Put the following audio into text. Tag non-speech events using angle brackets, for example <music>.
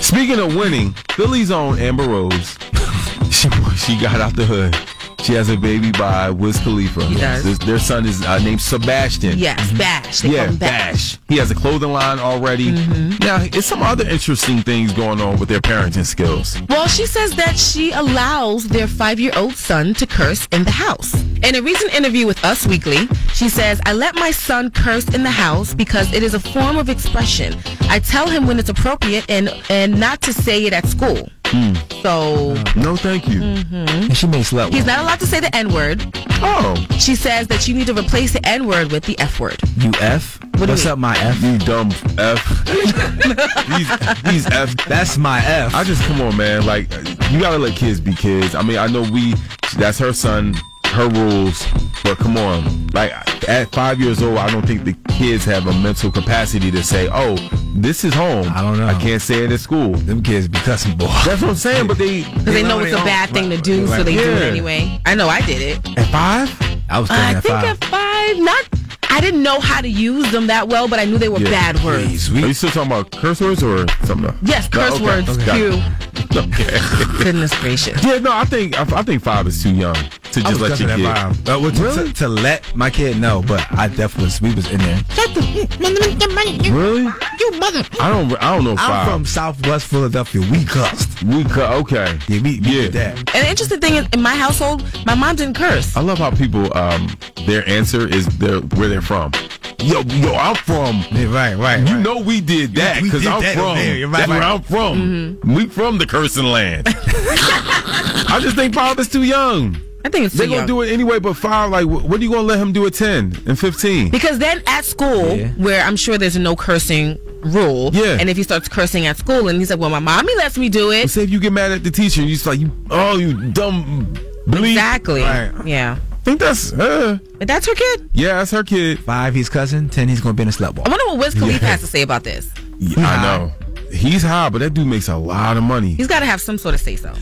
Speaking of winning, Philly's own Amber Rose. <laughs> she she got out the hood. She has a baby by Wiz Khalifa. He does. Their, their son is uh, named Sebastian. Yes, Bash. They Mm-hmm. call Yeah, him Bash. Bash. He has a clothing line already. Now, it's some other interesting things going on with their parenting skills. Well, she says that she allows their five year old son to curse in the house. In a recent interview with Us Weekly, she says, I let my son curse in the house because it is a form of expression. I tell him when it's appropriate and, and not to say it at school. Hmm. So No, thank you. And she makes love. he's not allowed to say the N word. Oh, She says that you need to replace the N word with the F word. You F? do What's you up, my F? you dumb F. he's, he's F. That's my F. I just come on, man. Like you gotta let kids be kids. I mean, I know we. That's her son, her rules. But come on, like at five years old, I don't think the kids have a mental capacity to say, "Oh, this is home. I don't know. I can't say it at school." Them kids be cussing, boy. That's what I'm saying. But they Because they, They know, know it's a they bad thing don't- to right, do, right, so they do it yeah. anyway. I know I did it. at five. I was thinking I at think five. at five, not. I didn't know how to use them that well, but I knew they were Yeah. bad words. Jeez, Are you we, still talking about curse words or something? else? Yes, No, curse okay, words. okay. Got Q. it. Okay. <laughs> Goodness gracious. yeah, no, I think I, I think five is too young to I just was let cussing your at kid. five. Uh, well, to, Really? to, to let my kid know, but I definitely was, we was in there. Really? You mother. I don't. I don't know. I'm five. from Southwest Philadelphia. We cussed. We cut. Okay. Yeah, we, we did that. And the interesting thing is, in my household, my mom didn't curse. I love how people um their answer is their where they're from. Yo, yo, I'm from. Yeah, right, right. You right. know we did that We because did I'm that over from. there. You're right, That's where right. Mm-hmm. I'm from. We from the cursing <laughs> land. I just think five is too young. I think it's They're too gonna young. do it anyway. But five, like, wh- what are you gonna let him do at ten and fifteen? because then at school, Yeah. where I'm sure there's a no cursing rule, Yeah. and if he starts cursing at school and he's like, well, my mommy lets me do it. Say if you get mad at the teacher, you just like you. Oh, you dumb. Bleep. Exactly. Right. Yeah. I think that's uh, But that's her kid. yeah, that's her kid. Five, he's cussing. Ten, he's going to be in a slut I walk. wonder what Wiz Khalifa has to say about this. Yeah, I know. He's high, but that dude makes a lot of money. He's got to have some sort of say so.